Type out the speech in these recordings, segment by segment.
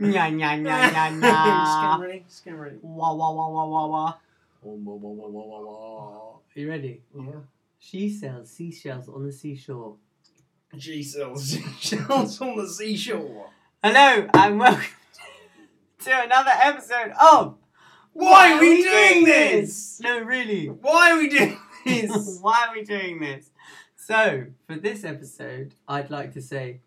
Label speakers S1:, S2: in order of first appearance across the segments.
S1: Nya nya nya nya
S2: Scan
S1: nya.
S2: ready. Scan ready.
S1: Wah wah wah wah wah wah.
S2: Whoa, Oh, whoa, whoa, whoa, whoa, whoa,
S1: Are you ready?
S2: whoa. Yeah.
S1: She sells seashells on the seashore.
S2: She sells shells on the seashore.
S1: Hello and welcome to another episode of
S2: Why are we doing this?
S1: No, really.
S2: Why are we doing this?
S1: Why are we doing this? So, for this episode, I'd like to say.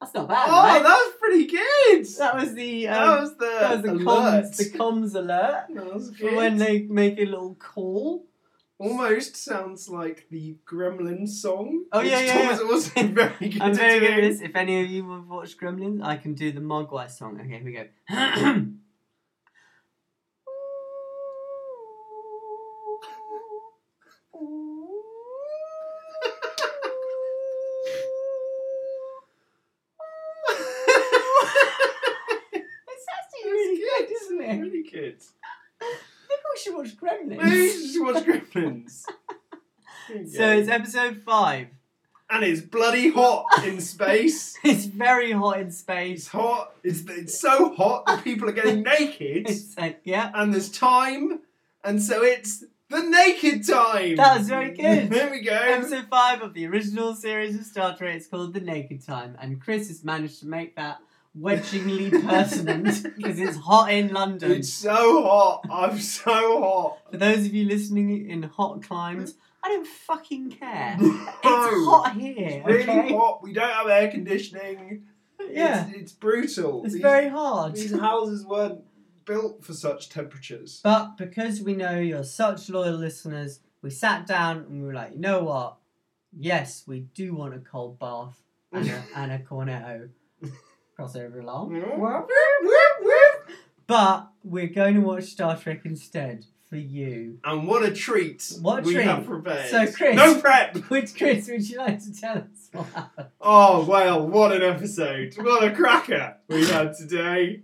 S1: That's not bad,
S2: Oh,
S1: right?
S2: that was pretty good.
S1: That was the. Um,
S2: That was the
S1: that was the
S2: alert.
S1: comms, the comms alert.
S2: That was
S1: For when
S2: good.
S1: they make a little call.
S2: Almost sounds like the Gremlin song.
S1: Oh, yeah,
S2: which
S1: yeah,
S2: Thomas was also very good
S1: I'm
S2: at
S1: very good at
S2: doing.
S1: this. If any of you have watched Gremlins, I can do the Mogwai song. Okay, here we go. it's actually really good, isn't it? Maybe
S2: Really good.
S1: we should watch Gremlins.
S2: Maybe you should watch Gremlins. There you
S1: So
S2: go.
S1: it's episode five.
S2: and it's bloody hot in space.
S1: It's very hot in
S2: It's
S1: space.
S2: hot. It's, it's so hot that people are getting naked,
S1: It's like, yeah.
S2: and there's time, and so it's the naked time.
S1: That was very good.
S2: there we go.
S1: Episode five of the original series of Star Trek is called The Naked Time, and Chris has managed to make that wedgingly pertinent because it's hot in London.
S2: It's so hot. I'm so hot.
S1: For those of you listening in hot climes, I don't fucking care.
S2: No.
S1: It's hot here.
S2: It's really
S1: okay?
S2: hot. We don't have air conditioning.
S1: Yeah.
S2: It's, it's brutal.
S1: It's
S2: These-
S1: very hard.
S2: These houses weren't built for such temperatures.
S1: But because we know you're such loyal listeners, we sat down and we were like, you know what? Yes, we do want a cold bath and a, and a cornetto crossover alarm. But we're going to watch Star Trek instead for you.
S2: And what a treat
S1: What a
S2: we
S1: treat.
S2: have prepared.
S1: So, Chris-
S2: no prep.
S1: Which, Chris, would you like to tell us what happened?
S2: Oh well, what an episode! What a cracker we had today.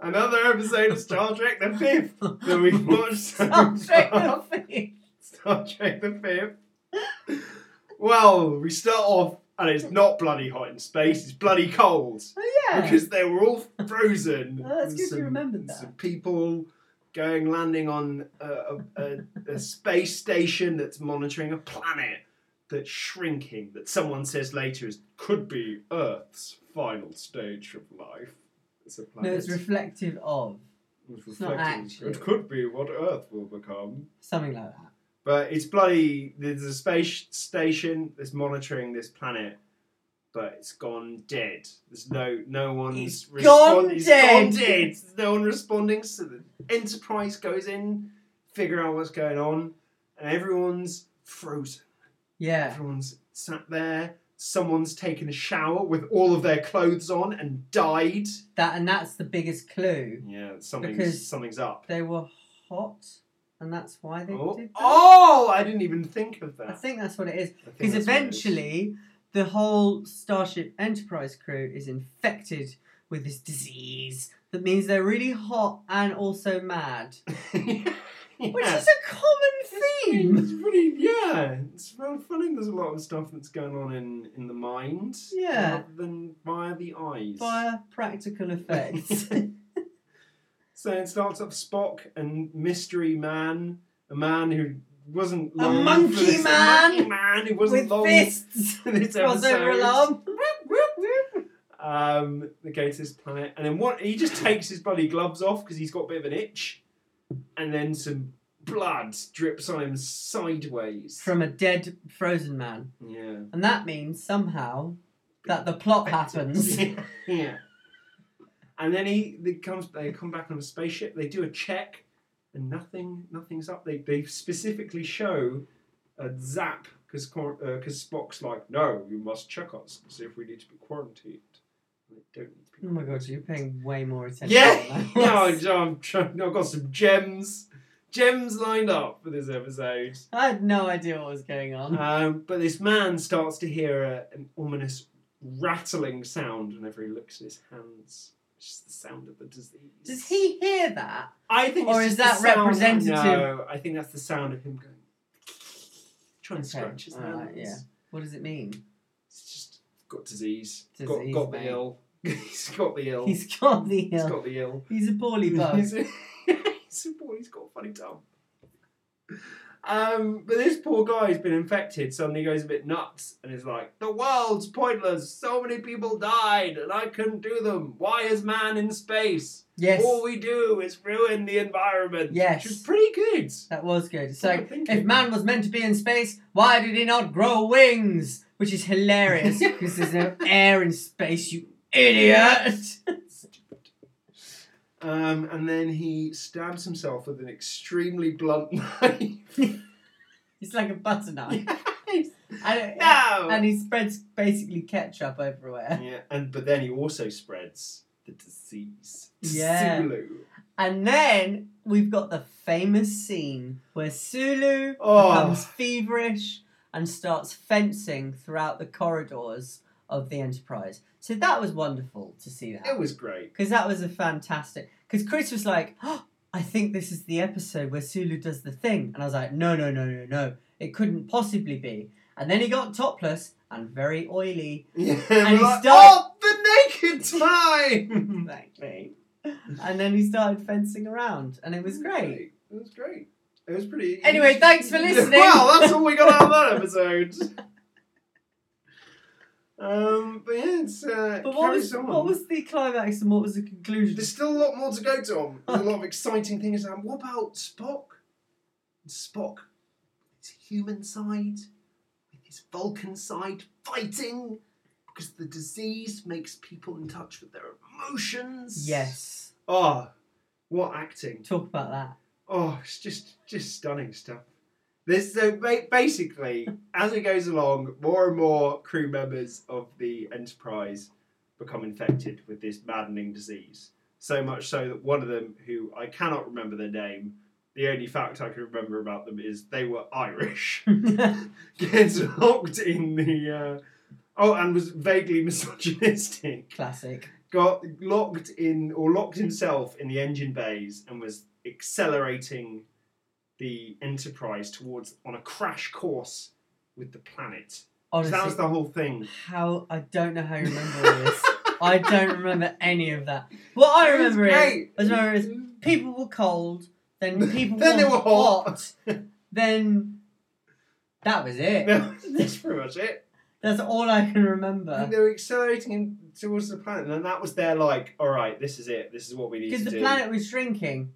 S2: Another episode of Star Trek the Fifth that we watched. so
S1: Star Trek
S2: far.
S1: the Fifth.
S2: Star Trek the Fifth. well, we start off, and it's not bloody hot in space. It's bloody cold
S1: Oh, yeah.
S2: because they were all frozen.
S1: Oh, that's
S2: And
S1: good you remembered that.
S2: Some people going landing on a, a, a, a space station that's monitoring a planet that's shrinking. That someone says later is could be Earth's final stage of life. It's a planet.
S1: no, it's reflective of
S2: which
S1: it's not
S2: reflecting-
S1: actually.
S2: It could be what Earth will become.
S1: something like that.
S2: But it's bloody. There's a space station that's monitoring this planet, but it's gone dead. There's no no one's
S1: It's
S2: respon-
S1: gone
S2: it's
S1: dead.
S2: gone dead. There's no one responding. So the Enterprise goes in, figure out what's going on, and everyone's frozen.
S1: Yeah.
S2: Everyone's sat there. Someone's taken a shower with all of their clothes on and died.
S1: That and that's the biggest clue.
S2: Yeah, something's
S1: Because-
S2: something's up.
S1: They were hot and that's why they
S2: Oh,
S1: did that.
S2: oh, I didn't even think of that.
S1: I think that's what it is.
S2: I think
S1: Because
S2: that's what it is.
S1: eventually the whole Starship Enterprise crew is infected with this disease that means they're really hot and also mad. Which
S2: Yeah.
S1: is a common theme.
S2: It's pretty, yeah. It's well, funny. There's a lot of stuff that's going on in in the mind,
S1: Yeah.
S2: rather than via the eyes.
S1: Via practical effects.
S2: So it starts off Spock and Mystery Man, a man who wasn't
S1: A
S2: long for
S1: monkey
S2: this- a monkey
S1: man
S2: man who wasn't
S1: with
S2: long
S1: fists.
S2: for this
S1: Crossover
S2: episode.
S1: alarm.
S2: Um, they go to this planet, and then what? He just takes his bloody gloves off because he's got a bit of an itch, and then some blood drips on him sideways.
S1: From a dead frozen man.
S2: yeah.
S1: And that means somehow that the plot happens. Oh
S2: yeah. And then he they comes they come back on a spaceship, they do a check, and nothing nothing's up. They they specifically show a zap because because Spock's like, no, you must check us, see if we need to be quarantined. We don't need to be
S1: Oh my god, you're paying way more attention.
S2: Yeah,
S1: than I
S2: no,
S1: was.
S2: I'm trying, I've got some gems, gems lined up for this episode.
S1: I had no idea what was going on.
S2: Um, but this man starts to hear a, an ominous rattling sound whenever he looks at his hands. It's just the sound of the disease.
S1: Does he hear that?
S2: I think.
S1: or
S2: it's
S1: is
S2: just the
S1: that
S2: sound-
S1: representative?
S2: No, I think that's the sound of him going. Trying to
S1: Okay,
S2: scratch his hands.
S1: alright, yeah. What does it mean?
S2: It's just got disease,
S1: Disease,
S2: got, got
S1: mate.
S2: the ill. he's got the ill.
S1: He's got the
S2: Oh. he's
S1: ill.
S2: got the ill.
S1: He's a poorly bug.
S2: He's, he's a boy, he's got a funny tongue. Um, but this poor guy's been infected, suddenly goes a bit nuts and is like, The world's pointless, so many people died, and I couldn't do them. Why is man in space?
S1: Yes,
S2: All we do is ruin the environment.
S1: Yes.
S2: Which is pretty good.
S1: that was good. It's
S2: What am I
S1: like if
S2: thinking?
S1: man was meant to be in space, why did he not grow wings? Which is hilarious because there's no air in space, you idiot.
S2: Um, and then he stabs himself with an extremely blunt knife.
S1: It's like a butter knife. And,
S2: no!
S1: and he spreads basically ketchup everywhere.
S2: yeah, and but then he also spreads the disease.
S1: Yeah.
S2: Sulu.
S1: And then we've got the famous scene where Sulu
S2: Oh.
S1: becomes feverish and starts fencing throughout the corridors of the Enterprise. So that was wonderful to see
S2: It
S1: that.
S2: was great.
S1: Because that was a fantastic. Because Chris was like, oh, I think this is the episode where Sulu does the thing. And I was like, no, no, no, no, no. It couldn't possibly be. And then he got topless and very oily.
S2: Yeah,
S1: And he
S2: like,
S1: started-
S2: "Oh, the naked time.
S1: Exactly. and then he started fencing around. And it was great.
S2: It was great. It was pretty.
S1: Anyway, thanks for listening.
S2: well, that's all we got out of that episode. um, but yeah, it's uh,
S1: But what
S2: carries
S1: was,
S2: on.
S1: what was the climax and what was the conclusion?
S2: There's still a lot more to go, Tom. There's a lot of exciting things. Um, what about Spock? Spock, his human side, with his Vulcan side, fighting because the disease makes people in touch with their emotions.
S1: yes.
S2: Oh, what acting!
S1: Talk about that.
S2: Oh, it's just just stunning stuff. This so ba- basically, as it goes along, more and more crew members of the Enterprise become infected with this maddening disease. So much so that one of them, who I cannot remember their name, the only fact I can remember about them is they were Irish, gets locked in the. Uh, oh, and was vaguely misogynistic
S1: Classic.
S2: got locked in or locked himself in the engine bays and was accelerating the Enterprise towards on a crash course with the planet. 'Cause
S1: Honestly,
S2: That was the whole thing.
S1: how I don't know how you remember all this. I don't remember any of that. What I
S2: It was
S1: remember is,
S2: great.
S1: I remember is people were cold, then people
S2: Then they
S1: were
S2: were hot.
S1: hot, then that was it.
S2: That's pretty much it.
S1: That's all I can
S2: And
S1: remember.
S2: they were accelerating in towards the planet, and that was their like, all right, this is it. This is what we need
S1: Because the
S2: to do.
S1: planet was shrinking.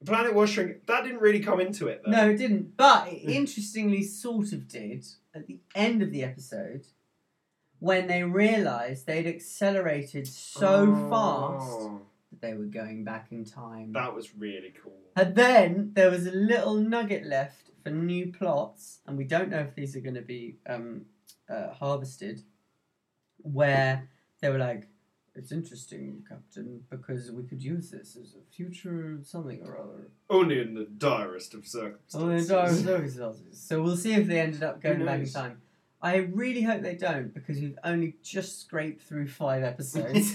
S2: the planet was shrinking. That didn't really come into it though.
S1: No, it didn't. But
S2: Hmm.
S1: it interestingly sort of did at the end of the episode when they realised they'd accelerated so fast
S2: Oh,
S1: that they were going back in time.
S2: That was really cool.
S1: And then there was a little nugget left for new plots, and we don't know if these are going to be um, uh, harvested, where they were like, it's interesting, Captain, because we could use this as a future something or other.
S2: Only in the direst
S1: Oh,
S2: of
S1: the
S2: circumstances.
S1: entire circumstances. So we'll see if they ended up going back in
S2: knows?
S1: time. I really hope they don't, because we've only just scraped through five episodes,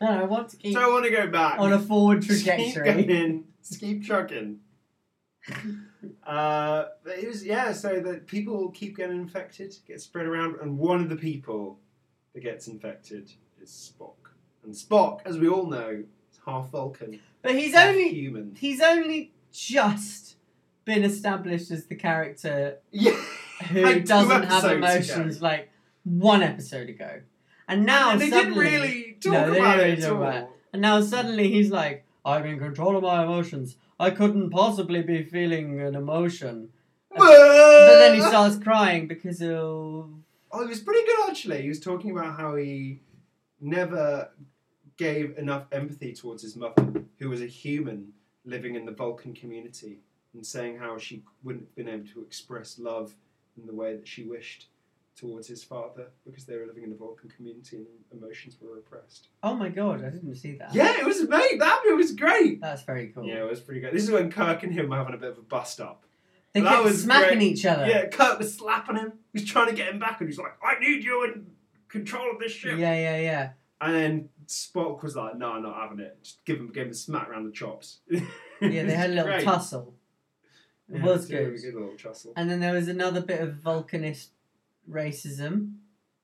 S1: and I want to keep
S2: Don't want to go back.
S1: on a forward
S2: Keep
S1: trajectory.
S2: going. Just keep trucking. Uh, but it was yeah. So that people keep getting infected, get spread around, and one of the people that gets infected is Spock. And Spock, as we all know, is half Vulcan,
S1: But he's
S2: half
S1: only
S2: human.
S1: he's only just been established as the character
S2: Yeah.
S1: who
S2: Like two
S1: doesn't have
S2: episodes ago.
S1: emotions like one episode ago. And now
S2: And they didn't
S1: suddenly,
S2: really talk
S1: No, they
S2: about
S1: didn't
S2: it
S1: really
S2: at all.
S1: talk about and now suddenly he's like, I'm in control of my emotions. I couldn't possibly be feeling an emotion. But then he
S2: Um,
S1: starts crying because of
S2: Oh, it was pretty good actually. He was talking about how he never gave enough empathy towards his mother, who was a human living in the Vulcan community, and saying how she wouldn't have been able to express love in the way that she wished towards his father because they were living in the Vulcan community and emotions were repressed.
S1: oh my god, I didn't see that.
S2: Yeah, it was mate. That bit was great.
S1: That's very cool.
S2: Yeah, it was pretty good. This is when Kirk and him were having a bit of a bust up.
S1: They
S2: That
S1: kept
S2: was
S1: smacking
S2: great.
S1: each other.
S2: Yeah, Kirk was slapping him. He was trying to get him back, and he's like, "I need you in control of this ship."
S1: yeah, yeah, yeah.
S2: And then Spock was like, "No, I'm not having it. Just give him, give him a smack round the chops." yeah,
S1: Yeah, they had a little tussle. It was good.
S2: good little tussle.
S1: And then there was another bit of Vulcanist racism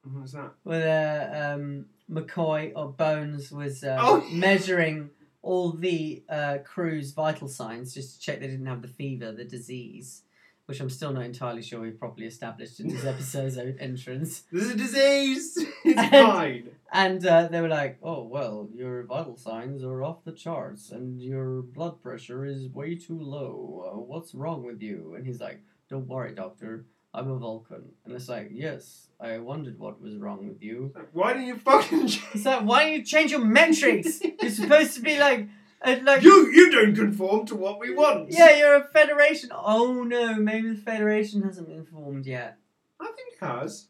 S2: What was that?
S1: where um, McCoy or Bones was uh,
S2: Oh.
S1: measuring all the uh, crew's vital signs just to check they didn't have the fever, the disease, which I'm still not entirely sure we properly established in this episode's o- entrance.
S2: There's a disease. It's
S1: And-
S2: fine.
S1: And uh, they were like, "Oh well, your vital signs are off the charts, and your blood pressure is way too low. Uh, what's wrong with you?" And he's like, "Don't worry, doctor." I'm a Vulcan. And it's like, yes, I wondered what was wrong with you.
S2: Why didn't you fucking? ch-
S1: It's like, why don't you change your metrics? You're supposed to be like, uh, like
S2: You you don't conform to what we want.
S1: yeah, you're a federation. Oh no, maybe the federation hasn't been formed yet.
S2: I think it has.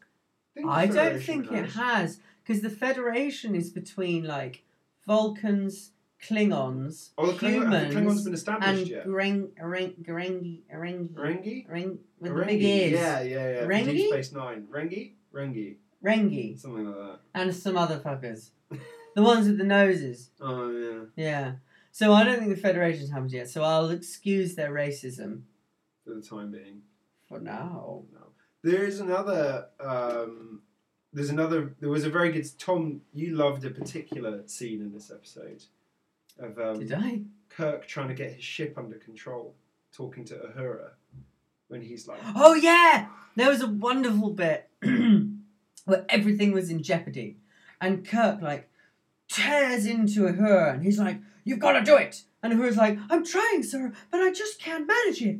S2: think the
S1: I don't
S2: Federation
S1: think it has, because the federation is between like Vulcans, Klingons,
S2: Oh, the, Klingon, have
S1: humans,
S2: the Klingons been established
S1: and
S2: yet.
S1: Greng, Greng, Grengi, Rengi,
S2: Rengi.
S1: Reng, with the
S2: Rengi.
S1: big ears,
S2: Yeah, yeah, yeah. from
S1: Rengi?
S2: Deep Space Nine. Rengi. Rengi.
S1: Rengi,
S2: Something like that.
S1: and some other fuckers, the ones with the noses.
S2: Oh yeah.
S1: Yeah. So I don't think the Federation's happened yet. So I'll excuse their racism
S2: For the time being.
S1: for now.
S2: No. There's another. Um, there's another. There was a very good. Tom, you loved a particular scene in this episode of
S1: Did
S2: um,
S1: I?
S2: Kirk trying to get his ship under control, talking to Uhura, when he's like,
S1: Oh yeah, there was a wonderful bit where everything was in jeopardy, and Kirk like tears into her, and he's like, "You've got to do it," and her's like, "I'm trying, sir, but I just can't manage it."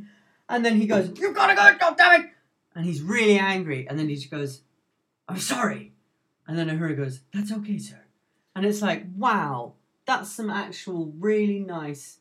S1: And then he goes, "You've got to go, God damn it!" And he's really angry, and then he just goes, "I'm sorry," and then Uhura goes, "That's okay, sir," and it's like, wow, that's some actual really nice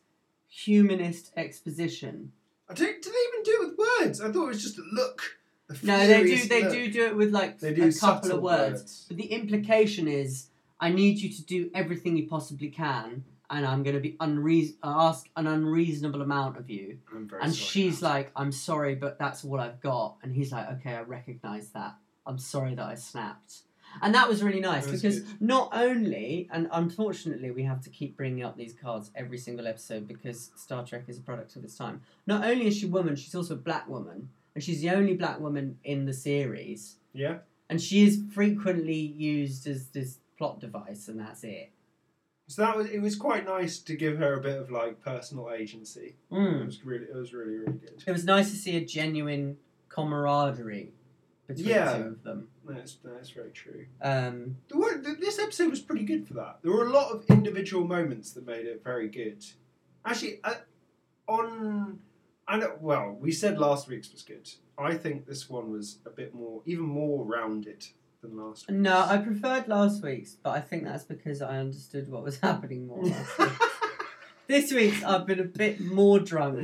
S1: humanist exposition.
S2: "I don't. Do they even do it with words? I thought it was just a look. a
S1: No, they do.
S2: furious
S1: They
S2: look."
S1: do do it with like
S2: They
S1: a
S2: do
S1: couple
S2: subtle
S1: of words. But the implication is, I need you to do everything you possibly can, and I'm going to be unreason ask an unreasonable amount of you.
S2: I'm very
S1: and
S2: sorry,
S1: she's
S2: Matt.
S1: like, I'm sorry, but that's all I've got. And he's like, Okay, I recognise that. I'm sorry that I snapped. And that was really nice
S2: That was
S1: because not only, and unfortunately, we have to keep bringing up these cards every single episode because Star Trek is a product of its time. Not only is she woman, she's also a black woman, and she's the only black woman in the series
S2: yeah.
S1: and she is frequently used as this plot device, and that's it.
S2: So that was. It was quite nice to give her a bit of like personal agency.
S1: Hmm.
S2: It was really. It was really really good.
S1: It was nice to see a genuine camaraderie between
S2: Yeah.
S1: the two of them.
S2: That's that's very true.
S1: Um,
S2: The wor- th this episode was pretty good for that. There were a lot of individual moments that made it very good. Actually, uh, on and uh, well, we said last week's was good. I think this one was a bit more, even more rounded than last week's.
S1: no, I preferred last week's, but I think that's because I understood what was happening more. last week. this week's, I've been a bit more drunk,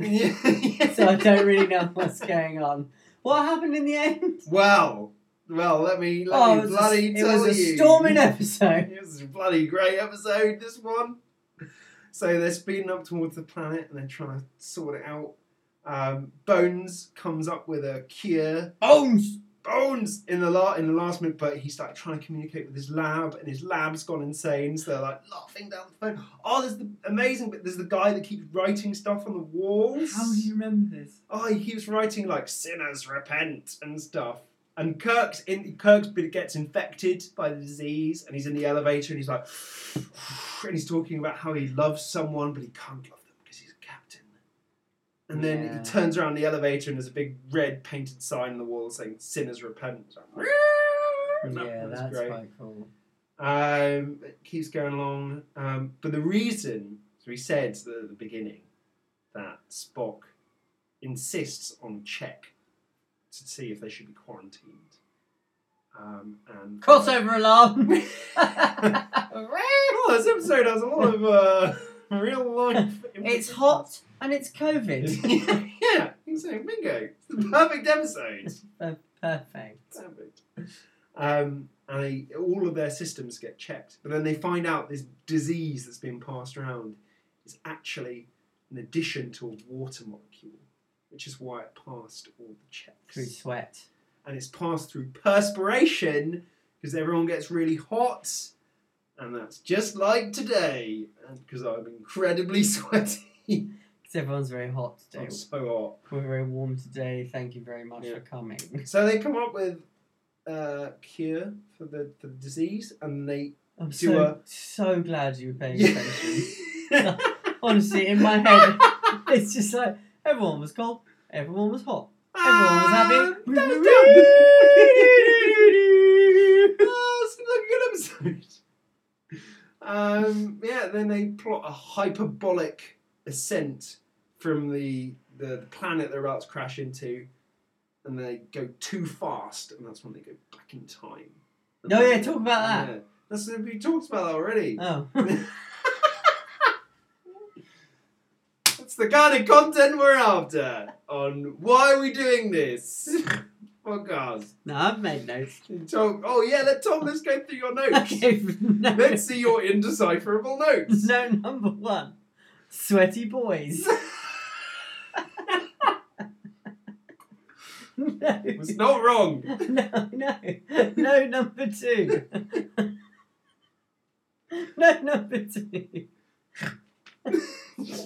S2: Yeah.
S1: so I don't really know what's going on. What happened in the end?
S2: Well, well, let me let
S1: oh,
S2: me
S1: it was,
S2: bloody
S1: a, it
S2: tell
S1: was
S2: you.
S1: a storming episode.
S2: It was a bloody great episode, this one. So they're speeding up towards the planet and they're trying to sort it out. Um, Bones comes up with a cure.
S1: Bones.
S2: Bones in the la- in the last minute, but he's like trying to communicate with his lab, and his lab's gone insane. So they're like laughing down the phone. Oh, there's the amazing, but there's the guy that keeps writing stuff on the walls.
S1: How do you remember this?
S2: Oh, he keeps writing like sinners repent and stuff. And Kirk's in Kirk's been- gets infected by the disease, and he's in the elevator, and he's like, and he's talking about how he loves someone, but he can't love them because he's a captain. And then
S1: Yeah.
S2: he turns around the elevator, and there's a big red painted sign on the wall saying "Sinners repent." It's like, that
S1: yeah,
S2: was
S1: that's quite cool.
S2: um, it keeps going along. Um, but the reason, as we said at the beginning, that Spock insists on check to see if they should be quarantined. Um, and
S1: Crossover alarm.
S2: Oh, this episode has a lot of uh, real life.
S1: it's
S2: implications.
S1: hot and it's COVID.
S2: yeah, exactly. Bingo. It's the perfect episode.
S1: Per- Perfect.
S2: Savage. Um, and they, all of their systems get checked, but then they find out this disease that's been passed around is actually an addition to a water molecule, which is why it passed all the
S1: Through
S2: checks.
S1: sweat.
S2: And it's passed through perspiration because everyone gets really hot, and that's just like today because I'm incredibly sweaty.
S1: Because everyone's very hot today.
S2: I'm so hot.
S1: We're very warm today. Thank you very much
S2: Yeah.
S1: for coming.
S2: So they come up with uh, cure for the for the disease, and they
S1: I'm
S2: Do
S1: so
S2: a-
S1: so glad you were paying attention.
S2: yeah.
S1: Honestly, in my head, it's just like everyone was cold, everyone was hot, everyone was happy.
S2: That was dumb. oh, it's a good episode. Um, yeah, then they plot a hyperbolic ascent from the, the planet they're about to crash into, and they go too fast, and that's when they go back in time.
S1: Oh, yeah, talk about that.
S2: Yeah. That's we talked about that already.
S1: Oh,
S2: That's the kind of content we're after on why are we doing this podcast.
S1: no, I've made notes.
S2: Tom, oh yeah, let Tom. Let's go through your notes.
S1: Okay, no,
S2: Let's see your indecipherable notes.
S1: no number one, sweaty boys. no,
S2: It was not wrong.
S1: no, no, no number two. no number two.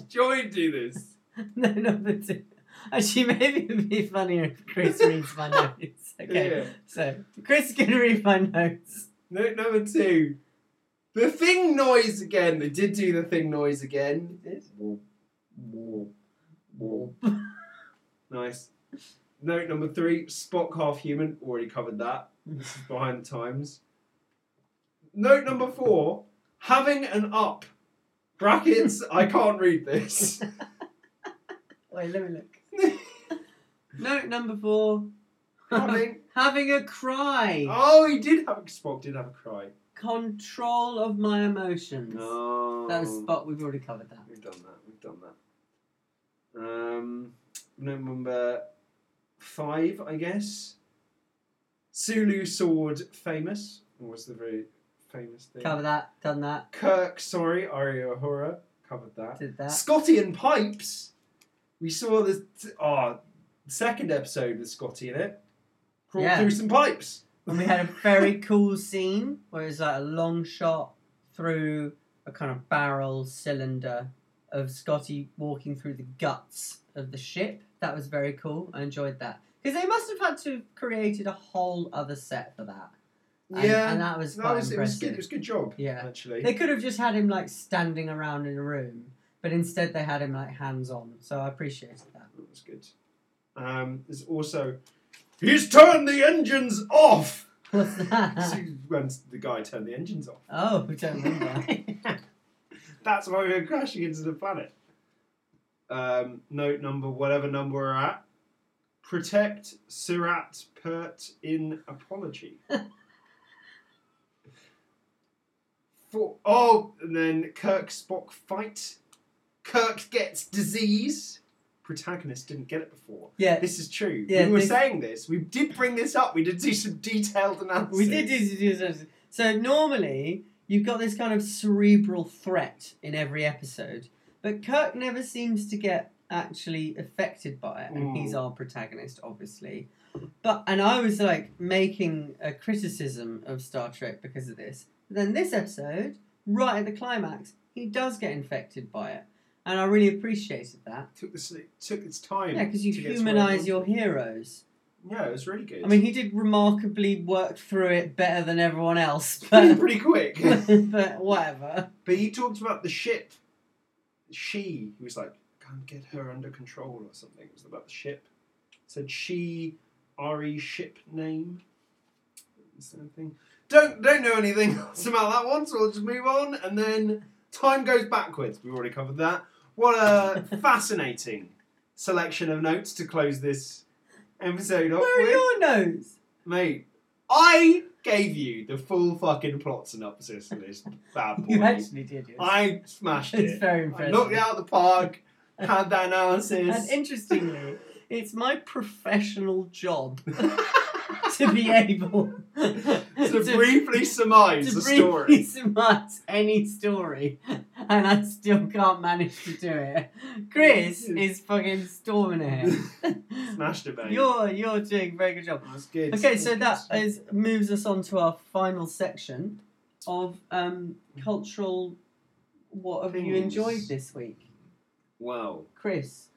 S2: Joy do this.
S1: No number two. Actually, maybe it'd be funnier if Chris reads my notes. Okay.
S2: Yeah.
S1: So Chris can read my notes.
S2: Note number two. The thing noise again. They did do the thing noise again. Nice. Note number three. Spock half human. Already covered that. This is behind the times. Note number four. Having an up. Brackets. I can't read this.
S1: Wait, let me look. Note number four.
S2: Having.
S1: Having a cry.
S2: Oh, he did have Spock. Did have a cry.
S1: Control of my emotions.
S2: No.
S1: That was spot. We've already covered that.
S2: We've done that. We've done that. Um, note number five, I guess. Sulu sword famous. What was the very famous thing?
S1: Covered that. Done that.
S2: Kirk, sorry, Aria Horror. Covered that.
S1: Did that.
S2: Scotty and Pipes. We saw the oh, second episode with Scotty in it. Crawled
S1: Yeah.
S2: through some pipes.
S1: And we had a very cool scene where it's like a long shot through a kind of barrel cylinder of Scotty walking through the guts of the ship. That was very cool. I enjoyed that. Because they must have had to have created a whole other set for that. And,
S2: yeah.
S1: And that was
S2: that
S1: quite
S2: was, it, was
S1: impressive.
S2: good, it was a good job,
S1: Yeah.
S2: actually.
S1: They could have just had him like standing around in a room, but instead they had him like hands on. So I appreciated that.
S2: That was good. Um, there's also, he's turned the engines off.
S1: What's
S2: So
S1: that?
S2: when the guy turned the engines off,
S1: oh, don't remember.
S2: that's why we were crashing into the planet. Um, note number, whatever number we're at, protect Surat Pert in apology. For, oh, and then Kirk Spock fight. Kirk gets disease. Protagonist didn't get it before.
S1: yeah,
S2: This is true.
S1: Yeah,
S2: we were
S1: this-
S2: saying this. We did bring this up. We did do some detailed analysis.
S1: We did do do something. So normally you've got this kind of cerebral threat in every episode, but Kirk never seems to get actually affected by it, and
S2: Mm.
S1: he's our protagonist, obviously. But and I was like making a criticism of Star Trek because of this. then this episode, right at the climax, he does get infected by it, and I really appreciated that.
S2: Took this. It took its time.
S1: Yeah, because you
S2: to get to
S1: humanize
S2: where-
S1: your heroes.
S2: Yeah, it was really good.
S1: I mean, he did remarkably work through it better than everyone else,
S2: Pretty-
S1: but
S2: pretty quick.
S1: but whatever.
S2: but he talked about the ship. She. He was like, "Go and get her under control" or something. It was about the ship. said she, Ari ship name. Instead of thing. Don't don't know anything else about that one, so we'll just move on. And then time goes backwards. We've already covered that. What a fascinating selection of notes to close this episode off
S1: Where are
S2: with.
S1: your nose?
S2: Mate, I gave you the full fucking plot synopsis of this bad
S1: You
S2: boy.
S1: actually did. Yes.
S2: I smashed
S1: it's
S2: it.
S1: very
S2: I
S1: impressive.
S2: knocked it out of the park, had that
S1: and
S2: analysis.
S1: interestingly, it's my professional job to be able to,
S2: to briefly surmise
S1: to
S2: the
S1: briefly
S2: story.
S1: surmise any story, and I still can't manage to do it. Chris is fucking storming it.
S2: Smashed it, mate.
S1: you're you're doing a very good job.
S2: That's good.
S1: Okay, so that uh,
S2: That's good.
S1: is moves us on to our final section of um, cultural. What have you
S2: Things.
S1: enjoyed this week,
S2: Wow.
S1: Chris?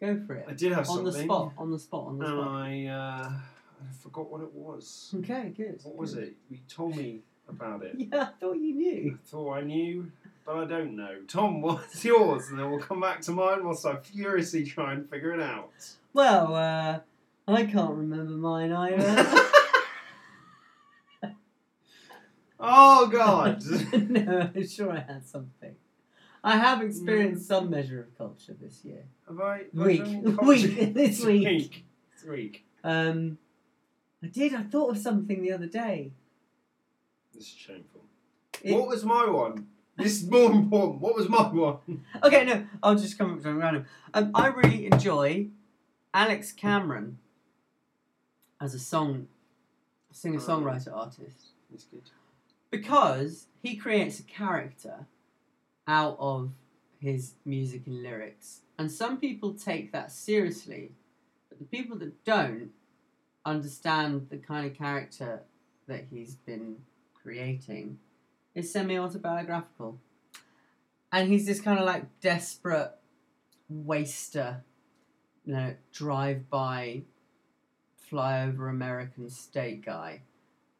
S1: Go for
S2: I
S1: it.
S2: did have
S1: On the
S2: something.
S1: spot. On the spot. On the
S2: And
S1: spot.
S2: I, uh, I and I forgot what it was.
S1: Okay, good.
S2: Oh. What was it? You told me about it.
S1: Yeah, I thought you
S2: I
S1: knew.
S2: thought I knew, but I don't know. Tom, what's yours? And then we'll come back to mine whilst I furiously try and figure it out.
S1: Well, uh, I can't remember mine either.
S2: oh God!
S1: no, I'm sure I had something. I have
S2: Mm.
S1: experienced some measure of culture this year.
S2: Have I? have I
S1: Week.
S2: done culture?
S1: Week. This
S2: It's
S1: week.
S2: week. It's week.
S1: Um, I did. I thought of something the other day.
S2: This is shameful.
S1: It-
S2: What was my one? This is more important. What was my one?
S1: Okay, no, I'll just come up with something random. Um, I really enjoy Alex Cameron as a song singer songwriter artist
S2: It's good.
S1: because he creates a character out of his music and lyrics, and some people take that seriously, but the people that don't understand the kind of character that he's been creating is semi-autobiographical, and he's this kind of like desperate waster, you know, drive-by, fly-over American state guy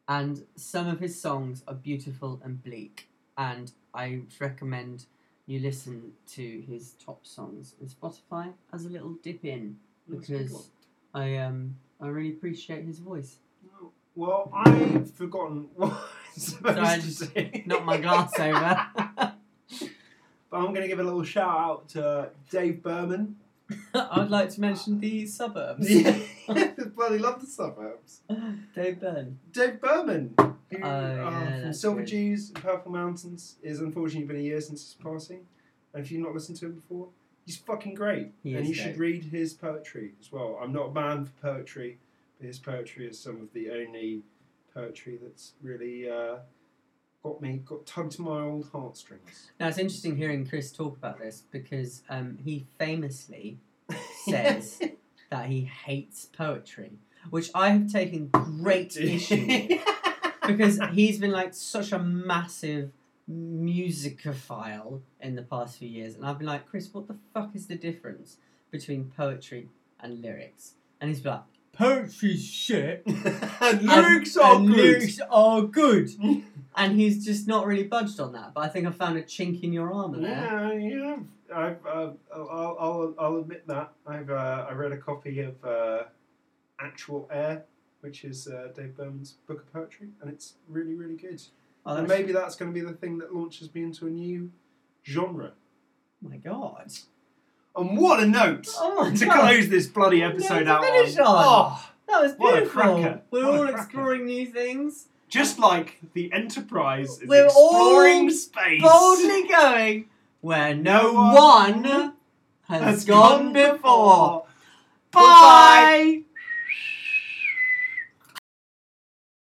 S1: and some of his songs are beautiful and bleak and i recommend you listen to his top songs on spotify as a little dip in
S2: That's a good
S1: Because-
S2: one.
S1: i um i really appreciate his voice
S2: Well, I've forgotten what I'm supposed
S1: Sorry, I
S2: to
S1: just
S2: say.
S1: not my glass over
S2: But I'm going to give a little shout out to Dave Berman.
S1: i'd like to mention the suburbs
S2: Yeah. bloody love the suburbs.
S1: dave byrne
S2: Dave Berman, who
S1: Oh,
S2: uh,
S1: yeah,
S2: from
S1: that's
S2: Silver
S1: good.
S2: Jews and Purple Mountains, is unfortunately been a year since his passing. And if you've not listened to him before, he's fucking great.
S1: He
S2: and
S1: is
S2: you
S1: great.
S2: should read his poetry as well. I'm not a man for poetry, but his poetry is some of the only poetry that's really uh, got me, got tugged my old heartstrings.
S1: now it's interesting hearing chris talk about this because um, he famously says that he hates poetry which i have taken great issue with because he's been like such a massive musicophile in the past few years, and I've been like, Chris, what the fuck is the difference between poetry and lyrics? And he's been like, poetry shit.
S2: and
S1: and-
S2: lyrics are
S1: and
S2: good.
S1: lyrics are good. and he's just not really budged on that. But I think I found a chink in your armor there.
S2: Yeah, yeah. I've, uh, I'll, I'll, I'll admit that. I've uh, I read a copy of uh, Actual Air, which is uh, Dave Berman's book of poetry, and it's really, really good.
S1: Oh,
S2: and
S1: that's-
S2: maybe that's going to be the thing that launches me into a new genre.
S1: my god.
S2: And what a note
S1: Oh my
S2: to
S1: god.
S2: close this bloody
S1: What a note
S2: episode
S1: to
S2: out
S1: finish
S2: on.
S1: on.
S2: Oh,
S1: That was
S2: What a
S1: beautiful.
S2: cracker.
S1: We're
S2: What a
S1: all
S2: cracker.
S1: exploring new things,
S2: just like the Enterprise is
S1: We're all
S2: exploring space.
S1: boldly going where no
S2: No one
S1: one has
S2: has
S1: gone before.
S2: Goodbye.